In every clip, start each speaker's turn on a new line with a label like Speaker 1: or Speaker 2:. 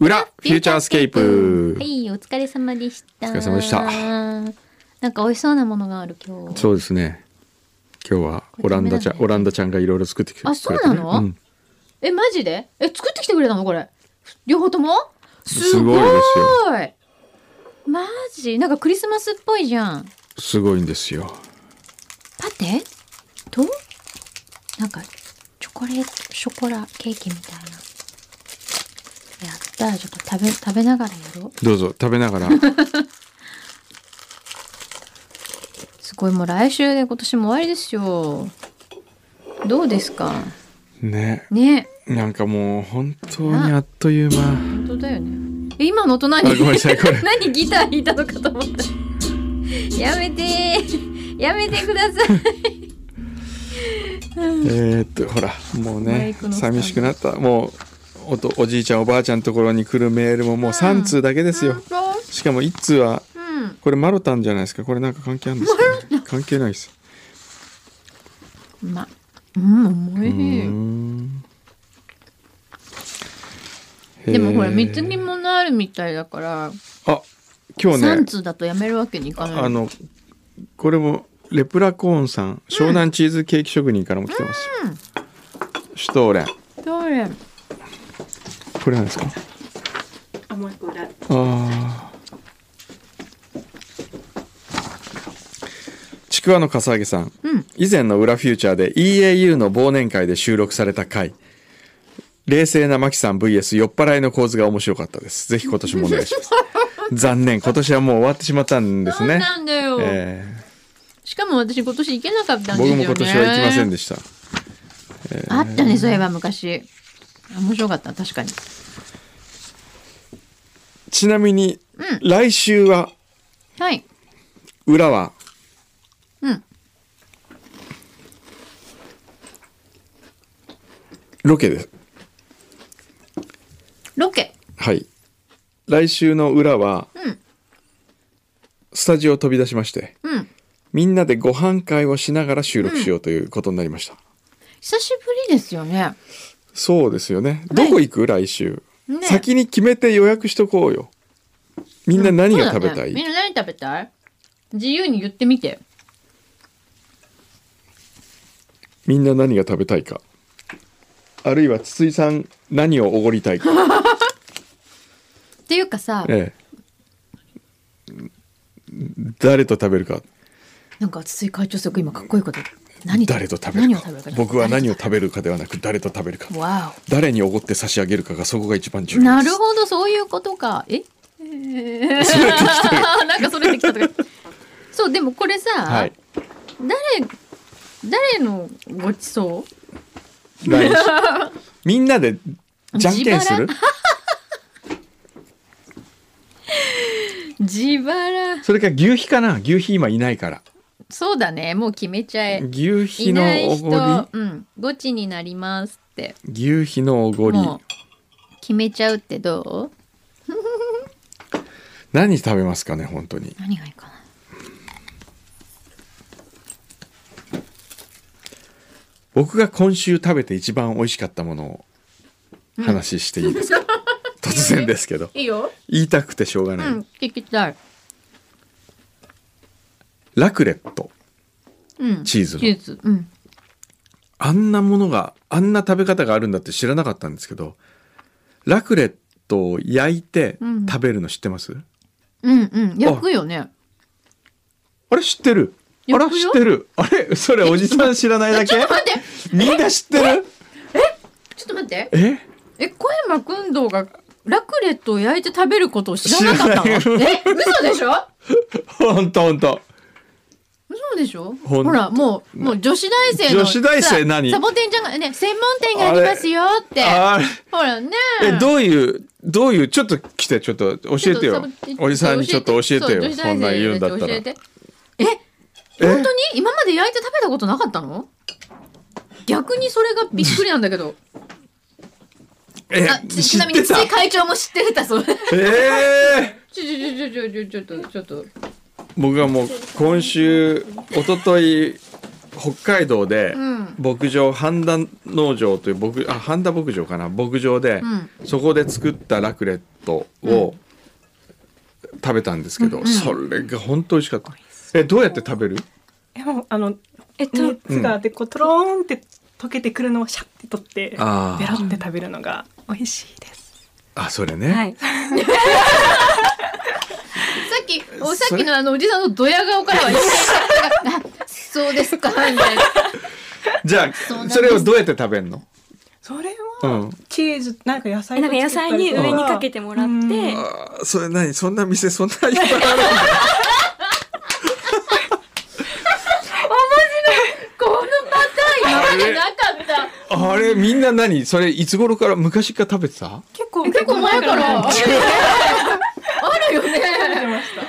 Speaker 1: 裏フューチャースケープ
Speaker 2: はい、お疲れ様でした。
Speaker 1: お疲れ様でした
Speaker 2: なんか美味しそうなものがある今日。
Speaker 1: そうですね今日はオランダちゃん、
Speaker 2: これダメだね
Speaker 1: オランダちゃんがいろいろ作ってきてくれ
Speaker 2: あ
Speaker 1: て
Speaker 2: そ
Speaker 1: ね、
Speaker 2: うなの
Speaker 1: ん
Speaker 2: え、マジでえ、作ってきてくれたのこれ。両方ともす
Speaker 1: すご
Speaker 2: ご
Speaker 1: い
Speaker 2: い
Speaker 1: です
Speaker 2: マジなんかクリスマスっぽいじゃん。
Speaker 1: すごいんですよ
Speaker 2: パテと、なんか、チョコレート、ショコラケーキみたいな。やったーちょっと食べ、食べながらやろう。
Speaker 1: どうぞ食べな がら
Speaker 2: すごい、もう来週で今年も終わりですよ。どうですか
Speaker 1: ね
Speaker 2: ね
Speaker 1: なんかもう本当にあっという間
Speaker 2: 本当だよねえ今の音何
Speaker 1: あごめんなさいこ れ
Speaker 2: 何ギター弾いたのかと思ったやめてーやめてください
Speaker 1: えー、っとほらもう
Speaker 2: マ
Speaker 1: ね
Speaker 2: イクのスタンド
Speaker 1: 寂しくなったもうおとおじいちゃんおばあちゃんところに来るメールももう3通だけですよ、
Speaker 2: 本
Speaker 1: しかも1通は
Speaker 2: 当うん
Speaker 1: これマロタンじゃないですかこれなんか関係あるんですか、ね、関係ないです
Speaker 2: うまうんおいうし
Speaker 1: ー
Speaker 2: い
Speaker 1: ん
Speaker 2: でもほら
Speaker 1: へー
Speaker 2: 見つけ物あるみたいだから、
Speaker 1: あ今日ね
Speaker 2: 三通だとやめるわけにいかない
Speaker 1: あのこれもレプラコーンさん湘南チーズケーキ職人からも来てます、シュトーレン
Speaker 2: どれ
Speaker 1: これなんですか
Speaker 3: あもう一個裏。
Speaker 1: あーちくわのかさあげさん、
Speaker 2: うん
Speaker 1: 以前の「裏フューチャー」で EAU の忘年会で収録された回冷静なマキさん VS 酔っ払いの構図が面白かったですぜひ今年もお願いします 残念今年はもう終わってしまったんです
Speaker 2: そう
Speaker 1: ね
Speaker 2: なんだよ、
Speaker 1: えー
Speaker 2: しかも私今年行けなかったんですよね
Speaker 1: 僕も今年は行きません
Speaker 2: で
Speaker 1: でした
Speaker 2: あったねそういえば昔あ面白かった確かに
Speaker 1: ちなみに、
Speaker 2: うん
Speaker 1: 来週は
Speaker 2: はい
Speaker 1: 裏は
Speaker 2: うん
Speaker 1: ロケです
Speaker 2: ロケ
Speaker 1: はい来週の裏は、
Speaker 2: うん
Speaker 1: スタジオを飛び出しまして
Speaker 2: うん
Speaker 1: みんなでご飯会をしながら収録しようということになりました、
Speaker 2: 久しぶりですよね
Speaker 1: そうですよねどこ行く、来週、
Speaker 2: ね
Speaker 1: 先に決めて予約しとこうよみんな何が食べ
Speaker 2: そうだ
Speaker 1: たい、
Speaker 2: ねみんな何食べたい自由に言ってみて
Speaker 1: みんな何が食べたいかあるいは筒井さん何をおごりたいか、
Speaker 2: っていうかさ
Speaker 1: ええ、誰と食べるか
Speaker 2: なんか筒井会長すごく今かっこいいこと言った何
Speaker 1: 誰と食べ
Speaker 2: 何
Speaker 1: る
Speaker 2: を
Speaker 1: か
Speaker 2: 食べるか
Speaker 1: 僕は何を
Speaker 2: を
Speaker 1: 食べるかではなく誰と食べるか
Speaker 2: わ
Speaker 1: 誰におごって差し上げるかがそこが一番重
Speaker 2: お
Speaker 1: 要です
Speaker 2: なるほどそういうことかええー なんかそれできたとかそうでもこれさ、
Speaker 1: はい
Speaker 2: 誰誰のごちそう
Speaker 1: 来週みんなでじゃんけんする
Speaker 2: 自腹
Speaker 1: それか牛皮かな牛皮今いないから
Speaker 2: そうだねもう決めちゃえ
Speaker 1: 牛
Speaker 2: い
Speaker 1: 皮の
Speaker 2: ない
Speaker 1: お
Speaker 2: 人
Speaker 1: ご
Speaker 2: うんごちになりますって
Speaker 1: り牛皮のおごり
Speaker 2: もう決めちゃうってどう
Speaker 1: 何食べますかね本当に
Speaker 2: 何がいいかな
Speaker 1: 僕が今週食べて一番美味しかったものを話していいですか、突然ですけど
Speaker 2: いいよ
Speaker 1: 言いたくてしょうが
Speaker 2: う
Speaker 1: ない、
Speaker 2: ん聞きたい
Speaker 1: ラクレット
Speaker 2: うん
Speaker 1: チーズの
Speaker 2: チーズうん
Speaker 1: あんなものが、あんな食べ方があるんだって知らなかったんですけど、ラクレットを焼いて
Speaker 2: うん
Speaker 1: 食べるの知ってます、
Speaker 2: うんうん焼くよね
Speaker 1: あれ知ってるあ
Speaker 2: 焼
Speaker 1: ら
Speaker 2: く
Speaker 1: 知
Speaker 2: よ
Speaker 1: ってるあれそれおじさん知らない だけ
Speaker 2: ちょっと待って
Speaker 1: みんな知ってる
Speaker 2: ちょっと待って
Speaker 1: え
Speaker 2: え小山君堂がラクレットを焼いて食べることを知らなかったのえ
Speaker 1: 知ら
Speaker 2: 嘘
Speaker 1: ない
Speaker 2: でしょ
Speaker 1: ほんとほんと。
Speaker 2: 嘘でしょ
Speaker 1: ほ
Speaker 2: ほ
Speaker 1: ん
Speaker 2: らもうもう女子大生の
Speaker 1: 女子大生
Speaker 2: さ
Speaker 1: 何
Speaker 2: サボテンちゃんがね専門店がありますよって
Speaker 1: あ
Speaker 2: ほらね
Speaker 1: れ、え、どういう、どういう、ちょっと来て、ちょっと教えてよ。おじさんにちょっと教えてよ。そんなん言うんだったら。
Speaker 2: え本当に今まで焼いて食べたことなかったの逆にそれがびっくりなんだけど
Speaker 1: え
Speaker 2: あ、
Speaker 1: 知
Speaker 2: ちち
Speaker 1: っ
Speaker 2: なみに
Speaker 1: て
Speaker 2: 筒
Speaker 1: た
Speaker 2: 井会長も知ってたそれちょ
Speaker 1: ええ
Speaker 2: ちょちょちょちょちょちょっとちょっと
Speaker 1: 僕はもう今週、おととい、北海道で
Speaker 2: うん
Speaker 1: 牧場半田農場という牧あ半田牧場かな牧場で、
Speaker 2: ん
Speaker 1: そこで作ったラクレットを食べたんですけど、それが本当美味しかった。えどうやって食べる？
Speaker 3: えもうあの
Speaker 2: えっと、
Speaker 3: 熱があってこうトローンって溶けてくるのをシャッて取ってベロ
Speaker 1: あー
Speaker 3: って食べるのが美味しいです。
Speaker 1: あそれね。
Speaker 4: はい。
Speaker 2: さっきおさっきのあのおじさんのドヤ顔からは一瞬な んかあそうですかみたいな
Speaker 1: じゃ
Speaker 2: うなん
Speaker 1: あ
Speaker 2: です
Speaker 1: それをどうやって食べるの？
Speaker 3: それ
Speaker 1: う
Speaker 3: は
Speaker 1: ん。
Speaker 3: チーズなんか野菜
Speaker 4: えなんか野菜に上にかけてもらって、
Speaker 3: うん
Speaker 1: あーそれ何そんな店そんないっぱいあるんだ。
Speaker 2: このパターン今までなかった
Speaker 1: あれみんな何それいつ頃から昔から食べてた？
Speaker 3: 結構
Speaker 2: 結構前からあるよね あるよね
Speaker 3: 食べてました。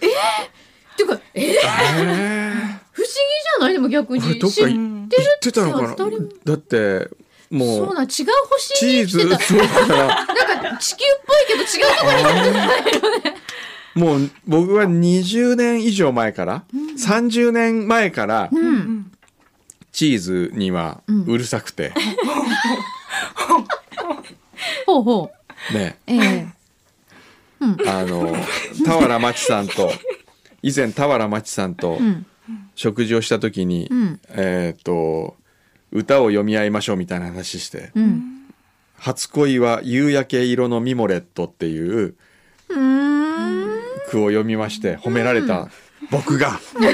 Speaker 2: ていうかえー不思議じゃないでも逆に
Speaker 1: あれどっか
Speaker 2: 知
Speaker 1: 行ってたのかな
Speaker 2: 知ってるってさ
Speaker 1: だっても
Speaker 2: そう
Speaker 1: う
Speaker 2: なん違う星
Speaker 1: チ
Speaker 2: に
Speaker 1: ー
Speaker 2: 来てた
Speaker 1: ズそうだ から
Speaker 2: なんか地球っぽいけど違うところに
Speaker 1: もう僕は20年以上前から、30年前から
Speaker 2: うん
Speaker 1: チーズには
Speaker 2: ん
Speaker 1: うるさくて、
Speaker 2: ほうほう
Speaker 1: ね
Speaker 2: ええ
Speaker 1: あの俵真知さんと以前俵真知さんと
Speaker 2: うん
Speaker 1: 食事をした時に、
Speaker 2: うん
Speaker 1: えっ、と歌を読み合いましょうみたいな話して
Speaker 2: うん
Speaker 1: 「初恋は夕焼け色のミモレット」っていう
Speaker 2: うーん
Speaker 1: 句を読みまして褒められた僕が、ラ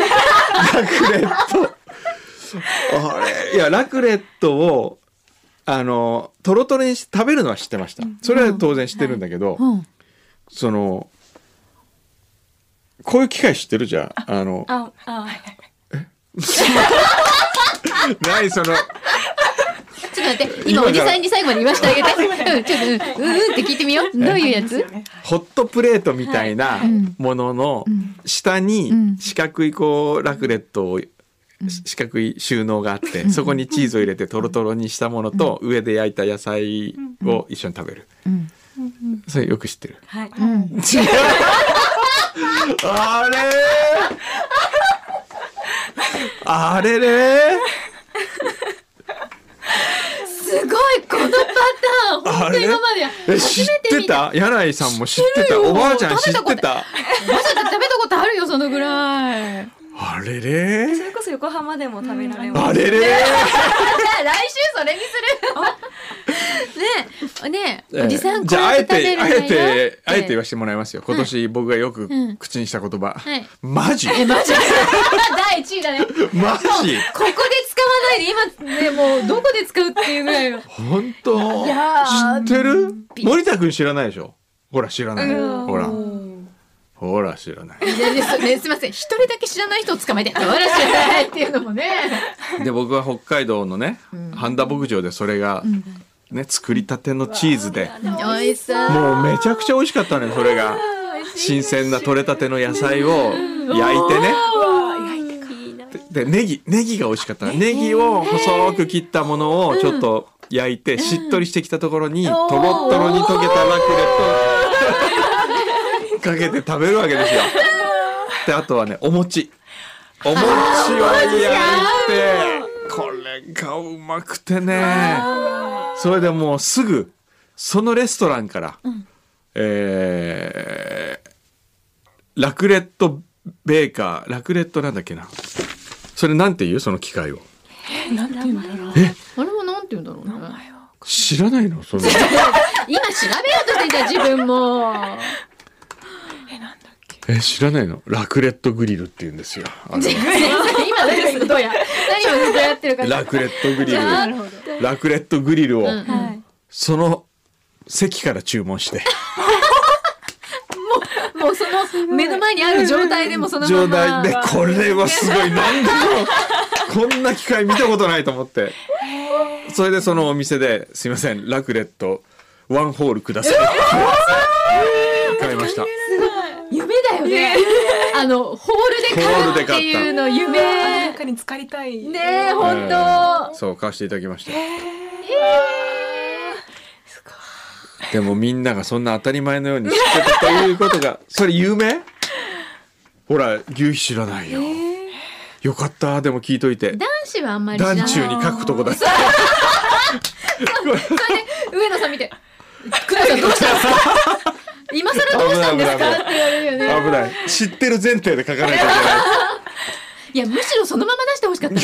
Speaker 1: クレットあれいやラクレットをあのトロトロにして食べるのは知ってましたそれは当然知ってるんだけど、
Speaker 2: うん
Speaker 1: そのこういう機会知ってるじゃんあの
Speaker 4: あ、あ、
Speaker 1: 何その
Speaker 2: ちょっと待って、今おじさんに最後まで言わせてあげて。うん、ちょっと、うん、うんって聞いてみよう。どういうやつ
Speaker 1: ホットプレートみたいな
Speaker 2: うん
Speaker 1: ものの下に
Speaker 2: うん
Speaker 1: 四角いこうラクレットを四角い収納があってそこにチーズを入れてトロトロにしたものと上で焼いた野菜を一緒に食べる
Speaker 2: うん。
Speaker 1: それよく知ってる
Speaker 4: はい。
Speaker 2: うん。
Speaker 1: 違うあれあれれ
Speaker 2: すごい、このパターン。
Speaker 1: あ
Speaker 2: 本当
Speaker 1: れ
Speaker 2: 今まで。
Speaker 1: え知っ
Speaker 2: 初めて
Speaker 1: て
Speaker 2: 見た。
Speaker 1: た柳井さんも知って
Speaker 2: 知って
Speaker 1: た
Speaker 2: るよ
Speaker 1: おばあちゃん知っ
Speaker 2: 食べ
Speaker 1: て
Speaker 2: たこ
Speaker 1: た
Speaker 2: まさか食べたことあるよ、そのぐらい。
Speaker 1: あれれ
Speaker 4: それこそ横浜でも食べられます。
Speaker 1: あれれ
Speaker 2: じゃあ来週それにする。 ねえ、ねえ、おじさん、
Speaker 1: じゃああえ
Speaker 2: こうやって
Speaker 1: あえ
Speaker 2: 食べるのよ
Speaker 1: てあえて言わせてもらいますよ今年僕がよく
Speaker 2: うん
Speaker 1: 口にした言葉、
Speaker 2: はい
Speaker 1: マジ
Speaker 2: え、マジ第一位だね。ここ
Speaker 1: マジ
Speaker 2: で使わないで、今、ね、もう、どこで使うっていうぐら いの。
Speaker 1: 本当
Speaker 2: いやー
Speaker 1: 知ってる
Speaker 2: びっ
Speaker 1: 森田君知らないでしょほら知らない
Speaker 4: うん
Speaker 1: ほらほら知らない
Speaker 2: いやいやすね、すみません一人だけ知らない人を捕まえ て「あわら知らない」っていうのもね
Speaker 1: で僕は北海道のね半田牧場でそれがね作りたてのチーズで
Speaker 2: 美味しそう
Speaker 1: もうめちゃくちゃ美味しかったのよそれが新鮮な取れたての野菜を焼いてね
Speaker 4: いいな
Speaker 1: でネギネギが美味しかったなネギを細く切ったものをちょっと焼いて、しっとりしてきたところに、とろっとろに溶けたラクレットを かけて食べるわけですよ。であとはねお餅お餅を焼いてこれがうまくてねそれでもうすぐそのレストランから、えーラクレットベーカーラクレットなんだっけなそれなんていうその機械を
Speaker 3: なんていうんだろう。
Speaker 2: あれはなんて言うんだろうね
Speaker 1: 知らないのそ の
Speaker 2: 今調べようとしてんじゃん自分も
Speaker 1: え知らないのラクレットグリルって言うんですよあの
Speaker 2: 今何ですどうや何をずっとやってるか
Speaker 1: ラクレットグリ
Speaker 2: な
Speaker 1: ル
Speaker 2: るほど
Speaker 1: ラクレットグリルを、
Speaker 2: うん
Speaker 4: はい。
Speaker 1: その席から注文して
Speaker 2: もうその目の前にある状態でもそのま
Speaker 1: 状
Speaker 2: ま
Speaker 1: 態でこれはすごいなんだろうこんな機会見たことないと思ってそれでそのお店ですいませんラクレットワンホールください買いました
Speaker 2: 夢だよねあのホールで買うっていうの
Speaker 3: なん
Speaker 2: 夢
Speaker 3: かに浸かりたい。
Speaker 2: ねえ本
Speaker 1: え
Speaker 2: 当
Speaker 1: ーそう買わせていただきました
Speaker 2: え
Speaker 1: でもみんながそんな当たり前のように知ってた ということがそれ有名ほら牛皮知らないよよかったでも聞いといて
Speaker 2: 男子はあんまり知ら
Speaker 1: 団
Speaker 2: ない
Speaker 1: 中に書くとこだった
Speaker 2: それで上野さん見て「久野さんどうしたんですか? 」今更どうしたんです
Speaker 1: 危な
Speaker 2: か
Speaker 1: い
Speaker 2: って言われるよね
Speaker 1: 危ない知ってる前提で書かないといけない
Speaker 2: いやむしろそのまま出してほしかった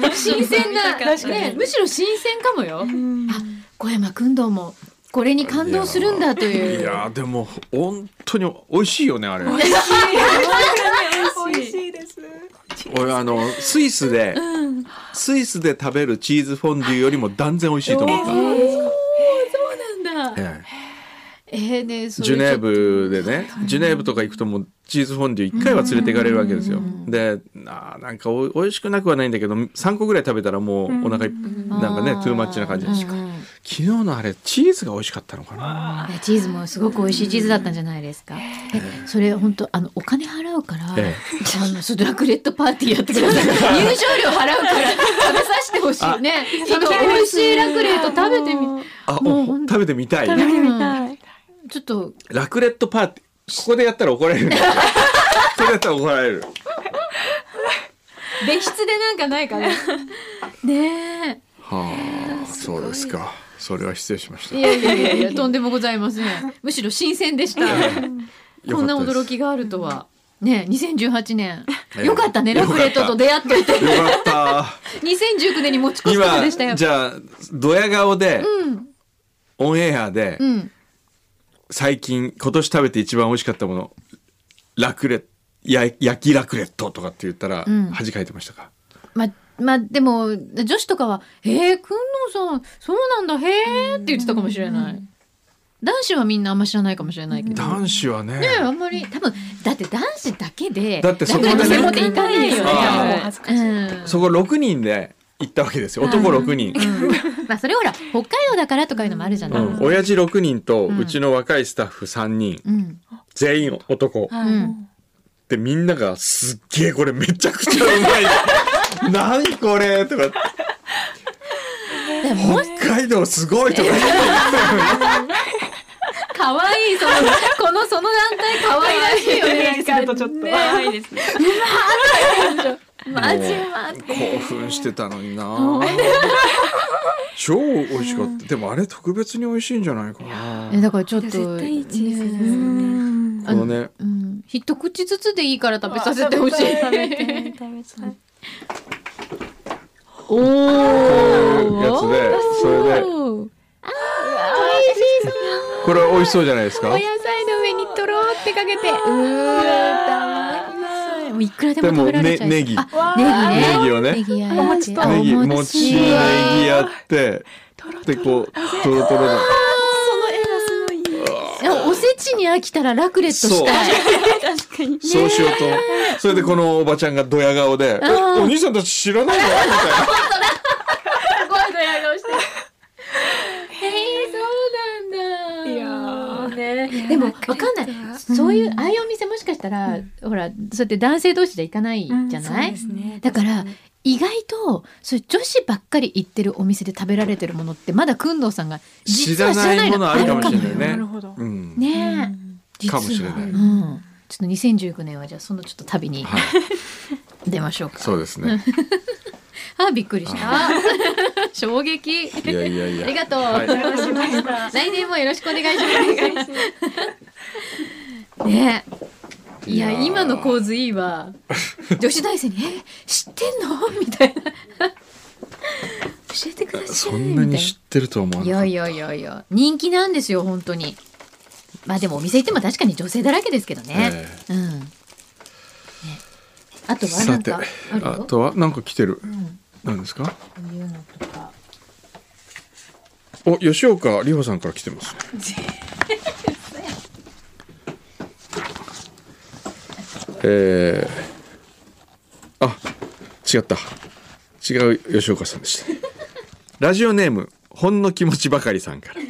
Speaker 2: な新鮮な、
Speaker 4: 確かに
Speaker 2: ね、むしろ新鮮かもよ
Speaker 3: ん
Speaker 2: あ小山君どうもこれに感動するんだという
Speaker 1: いやーでも本当に美味しいよねあれ
Speaker 3: 美味しいです。
Speaker 1: 俺あのスイスで、スイスで食べるチーズフォンデュよりも断然美味しいと思った、
Speaker 2: おーそうなんだ
Speaker 1: ええ
Speaker 2: えーねそれ
Speaker 1: ジュネーブでねジュネーブとか行くともうチーズフォンデュ1回は連れていかれるわけですよであーなんかお美味しくなくはないんだけど3個ぐらい食べたらもうお腹いっ
Speaker 2: うん
Speaker 1: なんかね
Speaker 2: あ
Speaker 1: トゥーマッチな感じ
Speaker 2: うんうん
Speaker 1: 昨日のあれチーズが美味しかったのかない
Speaker 2: やチーズもすごく美味しいチーズだったんじゃないですか。えそれ本当あのお金払うから、
Speaker 1: ええ
Speaker 2: あのそうドラクレットパーティーやってください。 入場料払うから食べさせてほしいね。その美味しいラクレット食べてみ。
Speaker 1: あ
Speaker 2: も
Speaker 1: お
Speaker 2: うほん
Speaker 1: 食べてみたい
Speaker 4: 食べてみたい。
Speaker 2: ちょっと
Speaker 1: ラクレットパーティーここでやったら怒られ るんだよこれやったら怒られる
Speaker 2: 別室でなんかないかな。 ね
Speaker 1: はあ、そうですか。それは失礼しました。
Speaker 2: え。いやいやいやい やとんでもございません。むしろ新鮮でした。 こんな驚き
Speaker 1: よ
Speaker 2: があるとは。ね2018年
Speaker 1: え。え
Speaker 2: よかったねラクレットと出会っていて。
Speaker 1: かった。
Speaker 2: 2019年に持ち越すことでしたよ
Speaker 1: 今、。じゃあ、ドヤ顔で、
Speaker 2: うん
Speaker 1: オンエアで、
Speaker 2: うん。
Speaker 1: 最近、今年食べて一番美味しかったもの、ラクレ、や焼きラクレットとかって言ったら、
Speaker 2: うん
Speaker 1: 恥かいてましたか
Speaker 2: ままあでも女子とかは「へえくんのさんそうなんだへえ」って言ってたかもしれない男子はみんなあんま知らないかもしれないけどね
Speaker 1: 男子はね、
Speaker 2: えあんまり多分だって男子だけで
Speaker 1: だってそこでね
Speaker 2: ラクレット専門店行かないよね
Speaker 1: あ
Speaker 3: ー恥ずかしい
Speaker 2: うん
Speaker 1: そこ6人で行ったわけですよ。男6人。
Speaker 2: うんまあそれほら北海道だからとかいうのもあるじゃ
Speaker 1: う
Speaker 2: ない、うんん、
Speaker 1: 親父6人と、
Speaker 2: ん
Speaker 1: うちの若いスタッフ3人、
Speaker 2: うん
Speaker 1: 全員男。
Speaker 2: うん
Speaker 1: でみんなが「すっげえこれめちゃくちゃうま い」「何これ」とか「
Speaker 2: でも
Speaker 1: 北海道すごい」とか言って
Speaker 2: 可愛いそのこのその団体可愛らしい よねなん
Speaker 3: する
Speaker 2: か
Speaker 3: とちょっと。
Speaker 4: 可 愛いですね。
Speaker 2: マジマジ
Speaker 1: 興奮してたのにな超美味しかったでもあれ特別に美味しいんじゃないかな
Speaker 2: えだからちょっと
Speaker 4: 絶対一位です
Speaker 3: う
Speaker 4: ね。
Speaker 3: ん
Speaker 1: このね
Speaker 2: うん、一口ずつでいいから食べさせてほしい。
Speaker 4: 食べてみたい食べたい。
Speaker 2: お
Speaker 1: こういうやつでそれで
Speaker 2: おー
Speaker 1: これは美味しそうじゃないです
Speaker 2: お
Speaker 1: か
Speaker 2: 野菜の上にとろーってかけて、うーたまい。もういくらでも食べられちゃ
Speaker 1: で
Speaker 2: いそう
Speaker 1: もねネギ
Speaker 2: あネギね。
Speaker 1: ネギをね
Speaker 2: ネギやお餅
Speaker 1: ネギ餅ネギやってでこうトロトロだ
Speaker 2: おせちに飽きたらラクレット したい。
Speaker 4: 確かに。
Speaker 1: そうしようとそれでこのおばちゃんがドヤ顔で「え
Speaker 2: あー
Speaker 1: お兄さんたち知らないの?」みたいな。
Speaker 2: ごいドヤ顔して。へえ、そうなんだ。いやね、でも、わかんない。そういう、ああいうお店もしかしたら、ほら、そうやって男性同士じゃ行かないじゃない、
Speaker 4: ね
Speaker 2: だから、意外と、そういう女子ばっかり行ってるお店で食べられてるものって、まだくんどうさんが。
Speaker 1: 知
Speaker 2: 実は
Speaker 1: ら
Speaker 2: 知らな
Speaker 1: ない
Speaker 2: い
Speaker 1: ものあるかもしれない
Speaker 2: あ
Speaker 1: ね。
Speaker 3: なるほど
Speaker 1: うん。
Speaker 2: るかもねえ、
Speaker 1: かもしれない
Speaker 2: 実はうん。ちょっと2019年はじゃあそのちょっと旅に
Speaker 1: はい。
Speaker 2: 出ましょうか。
Speaker 1: そうですね。
Speaker 2: あびっくり した。衝撃。
Speaker 1: いやいやいや。
Speaker 2: ありがとう。
Speaker 1: はい
Speaker 2: 来年もよろしくお願いします。 ねえ。いや
Speaker 1: いやー
Speaker 2: 今の構図いい わ。女子大生にえ知ってんのみたいな。教えてください。
Speaker 1: そんなに
Speaker 2: みたい
Speaker 1: 知ってるとは思わ
Speaker 2: い
Speaker 1: な
Speaker 2: や
Speaker 1: い。
Speaker 2: いやいやいや人気なんですよ本当に。まあでもお店行っても確かに女性だらけですけどね。
Speaker 1: え
Speaker 2: うん。ね。あとはな
Speaker 1: さ
Speaker 2: ん
Speaker 1: て、
Speaker 2: かあるよ。
Speaker 1: あとはなんか来てる
Speaker 2: う。ん。
Speaker 1: 何ですか？
Speaker 2: こういうのとか。
Speaker 1: お、吉岡里帆さんから来て ますね。えー、あ、違った。違う吉岡さんでした。ラジオネームほんの気持ちばかりさんから。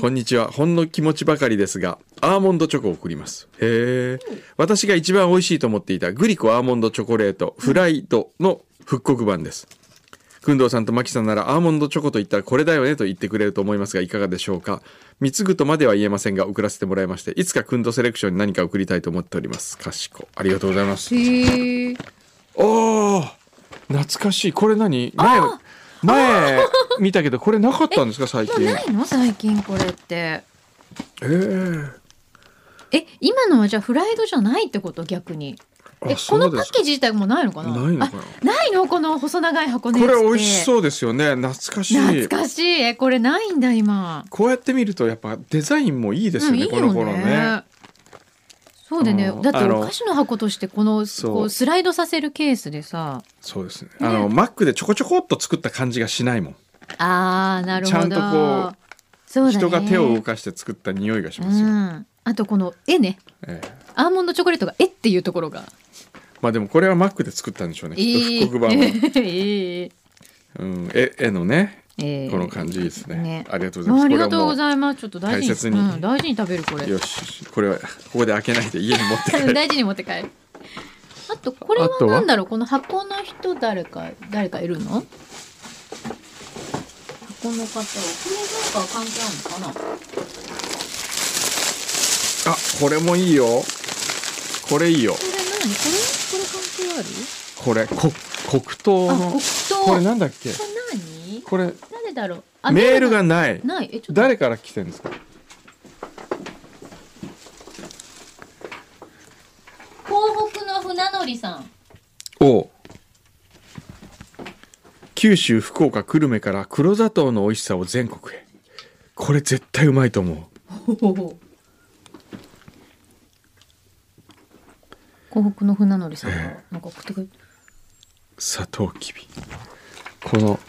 Speaker 1: こんにちは。ほんの気持ちばかりですが、アーモンドチョコを送ります。へえ。私が一番美味しいと思っていたグリコアーモンドチョコレートフライドの復刻版です。くんどうさんとまきさんならアーモンドチョコと言ったらこれだよねと言ってくれると思いますがいかがでしょうか貢ぐとまでは言えませんが送らせてもらいましていつかくんどうセレクションに何か送りたいと思っておりますかしこありがとうございます
Speaker 2: へえ。
Speaker 1: おー懐かしいこれ何前前見たけどこれなかったんですか最近
Speaker 2: ないの最近これって。
Speaker 1: えー
Speaker 2: え、今のはじゃあフライドじゃないってこと逆に。
Speaker 1: あ
Speaker 2: え、
Speaker 1: そ
Speaker 2: こ
Speaker 1: う
Speaker 2: の
Speaker 1: で
Speaker 2: パ
Speaker 1: す
Speaker 2: ッケージ自体もないのかな
Speaker 1: ないのかな
Speaker 2: あないのこの細長い箱の
Speaker 1: こ
Speaker 2: やつって
Speaker 1: れ美味しそうですよね懐かしい
Speaker 2: 懐かしい。え、これないんだ今。
Speaker 1: こうやって見るとやっぱデザインもいいですよね、
Speaker 2: うん
Speaker 1: この頃ね。。
Speaker 2: そうでね、
Speaker 1: うん
Speaker 2: だって
Speaker 1: あの
Speaker 2: お菓子の箱としてこの
Speaker 1: そう
Speaker 2: こうスライドさせるケースでさ
Speaker 1: そうですねあのマックでちょこちょこっと作った感じがしないもん、
Speaker 2: あーなるほど
Speaker 1: ちゃんとこう
Speaker 2: そうだね
Speaker 1: 人が手を動かして作った匂いがしますよ、
Speaker 2: うん、あとこの絵ね
Speaker 1: ええ
Speaker 2: アーモンドチョコレートが絵っていうところが
Speaker 1: まあでもこれはマックで作ったんでしょうね、きっと
Speaker 2: いい
Speaker 1: 復刻版は、
Speaker 2: いい
Speaker 1: うん、絵絵のね
Speaker 2: えー
Speaker 1: この感じいいですね,、
Speaker 2: ね
Speaker 1: ありがとうございま
Speaker 2: あ
Speaker 1: す
Speaker 2: ありがとうご
Speaker 1: い
Speaker 2: ざいますちょっと大事
Speaker 1: 大切に
Speaker 2: うん、大事に食べるこれ
Speaker 1: よしこれはここで開けないで家に持って帰
Speaker 2: うん
Speaker 1: る
Speaker 2: 大事に持って帰るあとこれは
Speaker 1: あとは
Speaker 2: なんだろうこの箱の人誰か誰かいるの箱の方はこれなんかは関係あるのかな
Speaker 1: あこれもいいよこれいいよ
Speaker 2: これ何これこれ関係ある
Speaker 1: これこ黒糖
Speaker 2: あ、
Speaker 1: の
Speaker 2: 黒糖
Speaker 1: これなんだっけ
Speaker 2: これ何
Speaker 1: これ
Speaker 2: 誰だろうあ
Speaker 1: メールが
Speaker 2: メ
Speaker 1: ない
Speaker 2: ないえちょっと
Speaker 1: 誰から来てるんですか
Speaker 2: 東北の船乗り さん
Speaker 1: お九州福岡久留米から黒砂糖の美味しさを全国へこれ絶対うまいと思う
Speaker 2: 東北の船乗りさんが
Speaker 1: え
Speaker 2: なんか送ってくれ
Speaker 1: 砂糖きびこの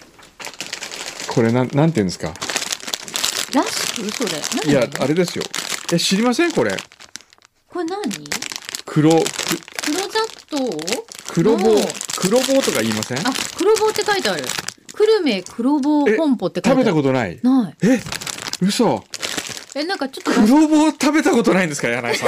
Speaker 1: これなんなんていうんですから
Speaker 2: しくそれ何
Speaker 1: いやあれですよえ知りませんこれ
Speaker 2: これ何
Speaker 1: 黒く
Speaker 2: 黒砂糖
Speaker 1: 黒棒
Speaker 2: おう
Speaker 1: 黒棒とか言いません
Speaker 2: あ黒棒って書いてある久留米黒棒本舗って
Speaker 1: 食
Speaker 2: 書いてあ
Speaker 1: べ
Speaker 2: る
Speaker 1: たことない
Speaker 2: ない
Speaker 1: え嘘
Speaker 2: えなんかちょっとだしちょっ
Speaker 1: 黒棒食べたことないんですか柳井さ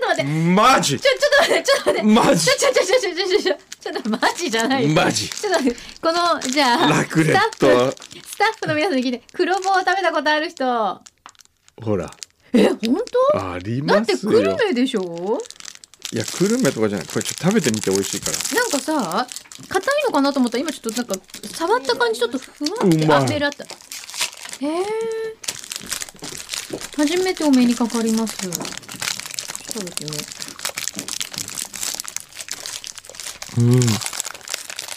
Speaker 2: と待って
Speaker 1: んマジ
Speaker 2: ちょちょっと待ってちょっと待って
Speaker 1: マジ
Speaker 2: ちょちょちょちょちょちょちょちょっとマジじゃない
Speaker 1: マジ
Speaker 2: ちょっと待ってこのじゃあ
Speaker 1: ラクレッ
Speaker 2: スタッ
Speaker 1: ト
Speaker 2: フスタッフの皆さんに聞いて黒棒を食べたことある人
Speaker 1: ほら
Speaker 2: え本当
Speaker 1: あり
Speaker 2: だ
Speaker 1: ま
Speaker 2: って
Speaker 1: す
Speaker 2: 久留
Speaker 1: よ
Speaker 2: 米でしょ
Speaker 1: いや久留米とかじゃないこれちょっと食べてみて美味しいから
Speaker 2: なんかさ硬いのかなと思ったら今ちょっとなんか触った感じちょっとふわって
Speaker 1: うまい
Speaker 2: あメールあったへえ初めてお目にかかります食べてみよ
Speaker 1: う
Speaker 2: う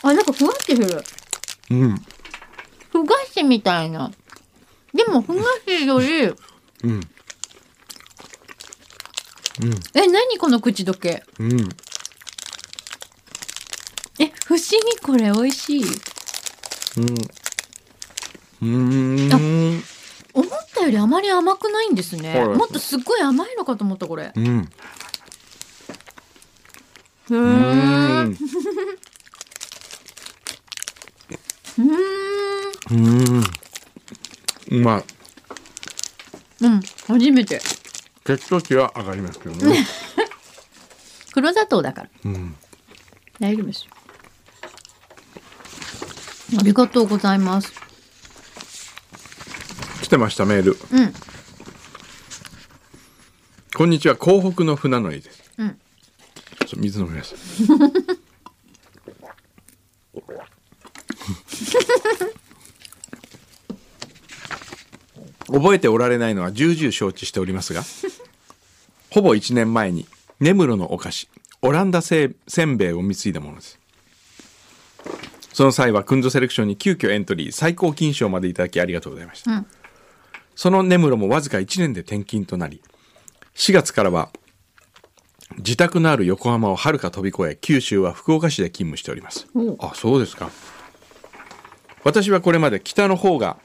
Speaker 2: あなんかふわってする
Speaker 1: んうん
Speaker 2: ふ菓子みたいなでもふ菓子より
Speaker 1: うん
Speaker 2: え何この口どけ
Speaker 1: うんうん
Speaker 2: え不思議これ美味しい
Speaker 1: うんうーん
Speaker 2: 思ったよりあまり甘くないんですね
Speaker 1: はい
Speaker 2: もっとすっごい甘いのかと思ったこれ
Speaker 1: うんう
Speaker 2: うーん
Speaker 1: ん
Speaker 2: うーん
Speaker 1: うんうまい
Speaker 2: うん初めて
Speaker 1: 血糖値は上がりますけどね
Speaker 2: 黒砂糖だから
Speaker 1: うん
Speaker 2: 大丈夫ですよありがとうございます
Speaker 1: 来てましたメール
Speaker 2: うん
Speaker 1: こんにちは広北の船乗りです
Speaker 2: うん
Speaker 1: ちょ水飲みます覚えておられないのは重々承知しておりますがほぼ1年前に根室のお菓子オランダせせんべいを貢いだものですその際はくんぞセレクションに急遽エントリー最高金賞までいただきありがとうございました、
Speaker 2: うん
Speaker 1: その根室もわずか1年で転勤となり4月からは自宅のある横浜をはるか飛び越え九州は福岡市で勤務しておりますあそうですか私はこれまで北の方が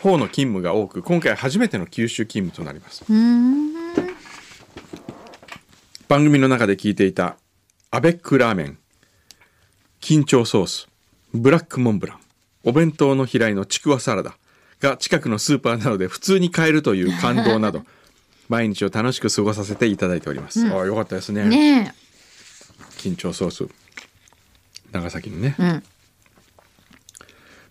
Speaker 1: 方の勤務が多く今回初めての九州勤務となります
Speaker 2: うーん
Speaker 1: 番組の中で聞いていたアベックラーメン緊張ソースブラックモンブランお弁当の飛来のちくわサラダが近くのスーパーなどで普通に買えるという感動 など毎日を楽しく過ごさせていただいております、ああよかったですね
Speaker 2: ね
Speaker 1: 緊張ソース長崎のね
Speaker 2: えうん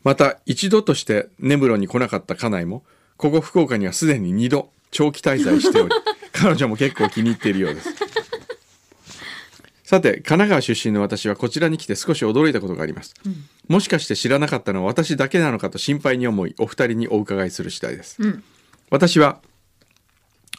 Speaker 1: また一度として根室に来なかった家内もここ福岡にはすでに2度 長期滞在しており彼女も結構気に入っているようですさて神奈川出身の私はこちらに来て少し驚いたことがあります、もしかして知らなかったのは私だけなのかと心配に思いお二人にお伺いする次第です、
Speaker 2: うん
Speaker 1: 私は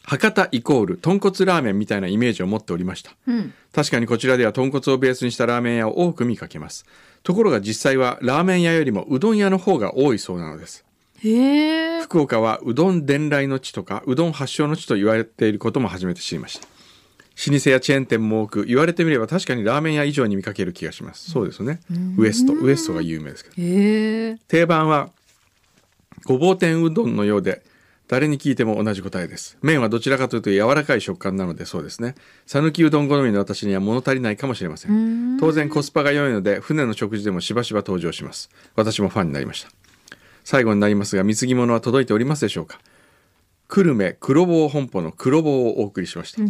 Speaker 1: 博多イコール豚骨ラーメンみたいなイメージを持っておりました
Speaker 2: うん。
Speaker 1: 確かにこちらでは豚骨をベースにしたラーメン屋を多く見かけますところが実際はラーメン屋よりもうどん屋の方が多いそうなのです
Speaker 2: へえ。
Speaker 1: 福岡はうどん伝来の地とかうどん発祥の地と言われていることも初めて知りました老舗やチェーン店も多く言われてみれば確かにラーメン屋以上に見かける気がしますそうですねウエストウエストが有名ですけど
Speaker 2: へえ。
Speaker 1: 定番はごぼう天うどんのようで誰に聞いても同じ答えです麺はどちらかというと柔らかい食感なのでそうですね讃岐うどん好みの私には物足りないかもしれません当然コスパが良いので船の食事でもしばしば登場します私もファンになりました最後になりますが貢ぎ物は届いておりますでしょうか久留米黒棒本舗の黒棒をお送りしました、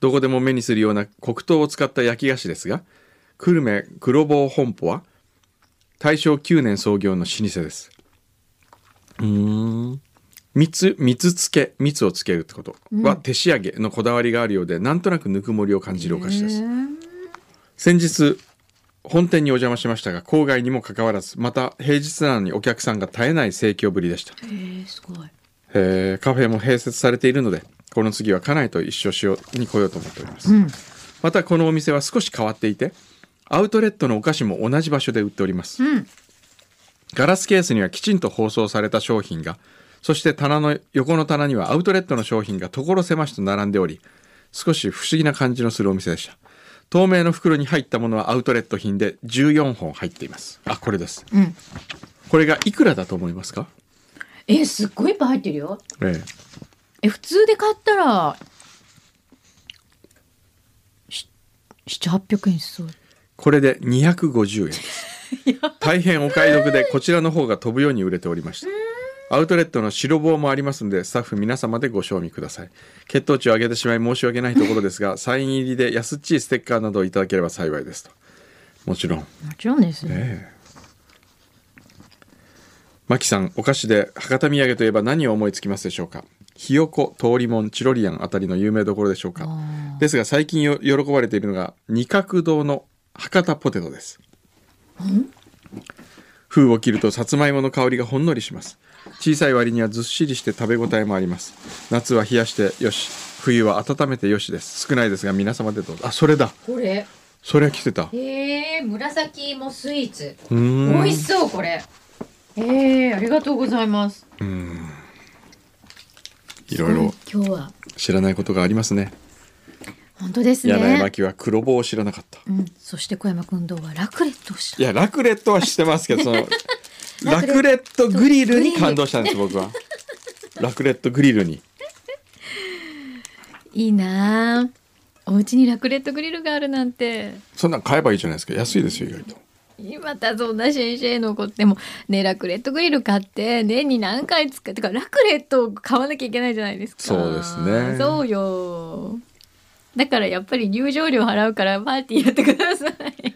Speaker 1: どこでも目にするような黒糖を使った焼き菓子ですが久留米黒棒本舗は大正9年創業の老舗ですうーん蜜蜜つけ蜜をつけるってことは手仕上げのこだわりがあるようで、なんとなくぬくもりを感じるお菓子です先日本店にお邪魔しましたが郊外にもかかわらずまた平日なのにお客さんが絶えない盛況ぶりでした
Speaker 2: すごい。
Speaker 1: えーカフェも併設されているのでこの次は家内と一緒しように来ようと思っております、またこのお店は少し変わっていてアウトレットのお菓子も同じ場所で売っております、
Speaker 2: ん
Speaker 1: ガラスケースにはきちんと包装された商品がそして棚の横の棚にはアウトレットの商品が所狭しと並んでおり少し不思議な感じのするお店でした透明の袋に入ったものはアウトレット品で14本入っていますあこれです、
Speaker 2: ん
Speaker 1: これがいくらだと思いますか、
Speaker 2: え、すっごいいっぱい入ってるよ。
Speaker 1: ええ
Speaker 2: え、普通で買ったら、し七八百円しそう。
Speaker 1: これで250円です大変お買い得でこちらの方が飛ぶように売れておりましたアウトレットの白棒もありますのでスタッフ皆様でご賞味ください血糖値を上げてしまい申し訳ないところですがサイン入りで安っちいステッカーなどをいただければ幸いですともちろん
Speaker 2: もちろんですね。
Speaker 1: ええマキさんお菓子で博多土産といえば何を思いつきますでしょうかひよこ通りもんチロリアンあたりの有名どころでしょうかですが最近よ喜ばれているのが二角堂の博多ポテトです封を切るとさつまいもの香りがほんのりします小さい割にはずっしりして食べ応えもあります夏は冷やしてよし冬は温めてよしです少ないですが皆様でどうぞあそれだ
Speaker 5: これ
Speaker 1: それは来てた
Speaker 5: へえ紫芋スイーツ
Speaker 1: うーん
Speaker 5: 美味しそうこれ
Speaker 2: ええありがとうございます。
Speaker 1: いろいろ
Speaker 2: 今日は
Speaker 1: 知らないことがありますね。
Speaker 2: 本当です
Speaker 1: 柳井真
Speaker 2: ね。
Speaker 1: 紀は黒棒を知らなかった。
Speaker 2: うん、そして小山君どうはラクレットをし
Speaker 1: い
Speaker 2: た。
Speaker 1: や、ラクレットは知ってますけど、その、 ラ
Speaker 2: ラ
Speaker 1: ク
Speaker 2: ク
Speaker 1: レットグリルに感動したんです、僕は。ラクレットグリルに。
Speaker 2: いいなあ。お家にラクレットグリルがあるなんて。
Speaker 1: そんなん買えばいいじゃないですか。安いですよ、意外と。
Speaker 2: 今だそんな先生の子でもねラクレットグリル買って年に何回使ってかラクレットを買わなきゃいけないじゃないですか
Speaker 1: そうですね
Speaker 2: そうよだからやっぱり入場料払うからパーティーやってください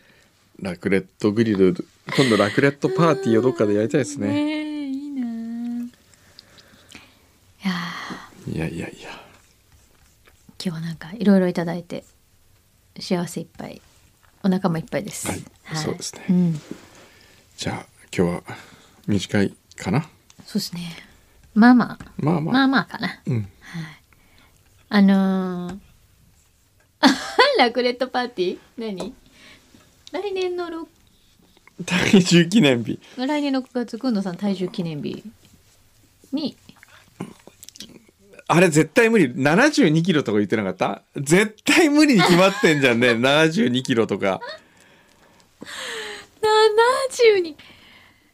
Speaker 1: ラクレットグリル、今度ラクレットパーティーをどっかでやりたいですね。
Speaker 2: ねえいいないやあ
Speaker 1: いやいやいや。
Speaker 2: 今日はなんかいろいろいただいて幸せいっぱいお腹もいっぱいです
Speaker 1: はいそうですね
Speaker 2: うん、
Speaker 1: じゃあ、今日は短いかな。
Speaker 2: そうですねまあまあ
Speaker 1: まあまあ。
Speaker 2: まあまあかな
Speaker 1: うん。
Speaker 2: あのー、 あラクレットパーティー何来年のろ
Speaker 1: 体重記念日。
Speaker 2: 来年の6月くんのさん体重記念日に
Speaker 1: あれ絶対無理。72キロとか言ってなかった絶対無理に決まってんじゃんね。72キロとか。
Speaker 2: 70に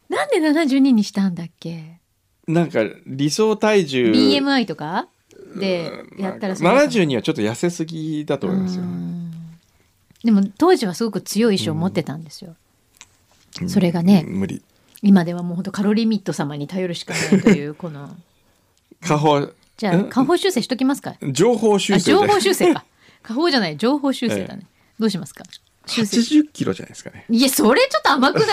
Speaker 2: なんで72にしたんだっけ
Speaker 1: なんか理想体重
Speaker 2: BMI とかでやったら
Speaker 1: まあ
Speaker 2: う
Speaker 1: 72はちょっと痩せすぎだと思いますよ。
Speaker 2: んでも当時はすごく強い意志を持ってたんですよ、それがね
Speaker 1: 無理。
Speaker 2: 今ではもうほんとカロリーミット様に頼るしかないというこ の
Speaker 1: 下方
Speaker 2: じゃあ下方修正しときますか
Speaker 1: 情報修
Speaker 2: あ
Speaker 1: 正
Speaker 2: 情報
Speaker 1: で
Speaker 2: 修 正か。下方じゃない、情報修正だね。どうしますか修正。
Speaker 1: 80キロじゃないですかね。
Speaker 2: いや、それちょっと甘くない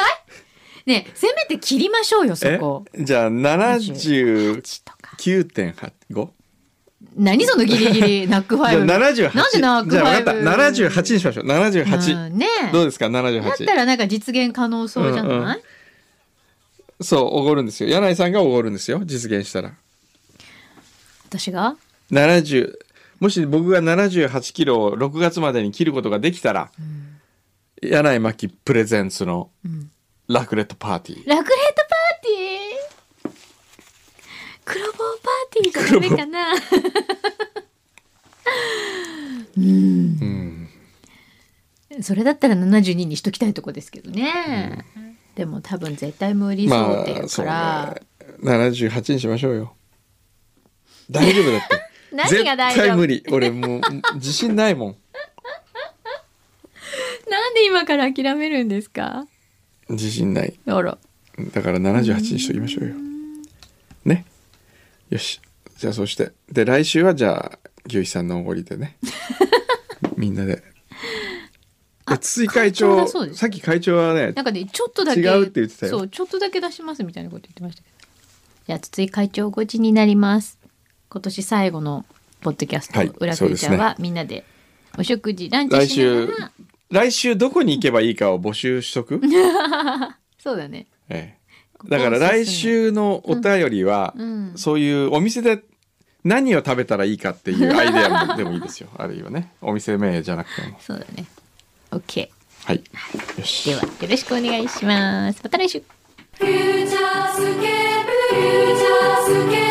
Speaker 2: ねえせめて切りましょうよ、そ
Speaker 1: え
Speaker 2: こ。
Speaker 1: じゃあ79.85
Speaker 2: とか。何そのギリ ギリナックファイブ
Speaker 1: 七十八。
Speaker 2: なんでナック
Speaker 1: じゃあ
Speaker 2: ファ
Speaker 1: 分
Speaker 2: イ
Speaker 1: か
Speaker 2: ブ
Speaker 1: った。七十八にしましょう。七十
Speaker 2: う
Speaker 1: 八。
Speaker 2: んねえ
Speaker 1: どうですか？七十
Speaker 2: だっ
Speaker 1: 八
Speaker 2: た。らなんか実現可能そうじゃない、
Speaker 1: うんうんそう、おごるんですよ。柳井さんがおごるんですよ。実現したら。
Speaker 2: 私が
Speaker 1: 七十。もし僕が七十八キロを六月までに切ることができたら、柳井真紀プレゼンツのラクレットパーティー。
Speaker 2: ラクレートパーティー黒棒パーティーじゃダメかな
Speaker 1: うん。
Speaker 2: それだったら72にしときたいとこですけどね、でも多分絶対無理想
Speaker 1: ま
Speaker 2: 定だ
Speaker 1: あそ
Speaker 2: か
Speaker 1: う
Speaker 2: ら、
Speaker 1: ね。七十八にしましょうよ。大丈夫だって。
Speaker 2: 何が大
Speaker 1: 絶対
Speaker 2: 丈夫
Speaker 1: 無理。俺もう自信ないもん。
Speaker 2: なんで今から諦めるんですか
Speaker 1: 自信ない。
Speaker 2: あら
Speaker 1: だから78にしときましょうよ。ね。よし。じゃあそうして。で、来週はじゃあ、牛肥さんのおごりで ね。みんなで。で筒井会
Speaker 2: 会
Speaker 1: 長
Speaker 2: 長だそうです
Speaker 1: さっき会長はね
Speaker 2: なんかねちょっとだけ
Speaker 1: 違うって言ってたよ
Speaker 2: そうちょっとだけ出しますみたいなこと言ってましたけどじゃあ筒井会長ごちになります今年最後のポッドキャスト、
Speaker 1: はい
Speaker 2: 裏
Speaker 1: そう
Speaker 2: ク
Speaker 1: で
Speaker 2: イ
Speaker 1: す
Speaker 2: ち
Speaker 1: ね
Speaker 2: ゃんはみんなでお食事ランチ
Speaker 1: 来
Speaker 2: しな
Speaker 1: 週
Speaker 2: がら
Speaker 1: 来週どこに行けばいいかを募集しと く、
Speaker 2: そうだね
Speaker 1: ええ、だから来週のお便りは、
Speaker 2: うん
Speaker 1: そういうお店で何を食べたらいいかっていうアイデアもでもいいですよあるいはねお店名じゃなくても
Speaker 2: そうだね OK
Speaker 1: はいよし
Speaker 2: ではよろしくお願いしますまた来週
Speaker 4: 「フューチャースケープフューチャースケープル」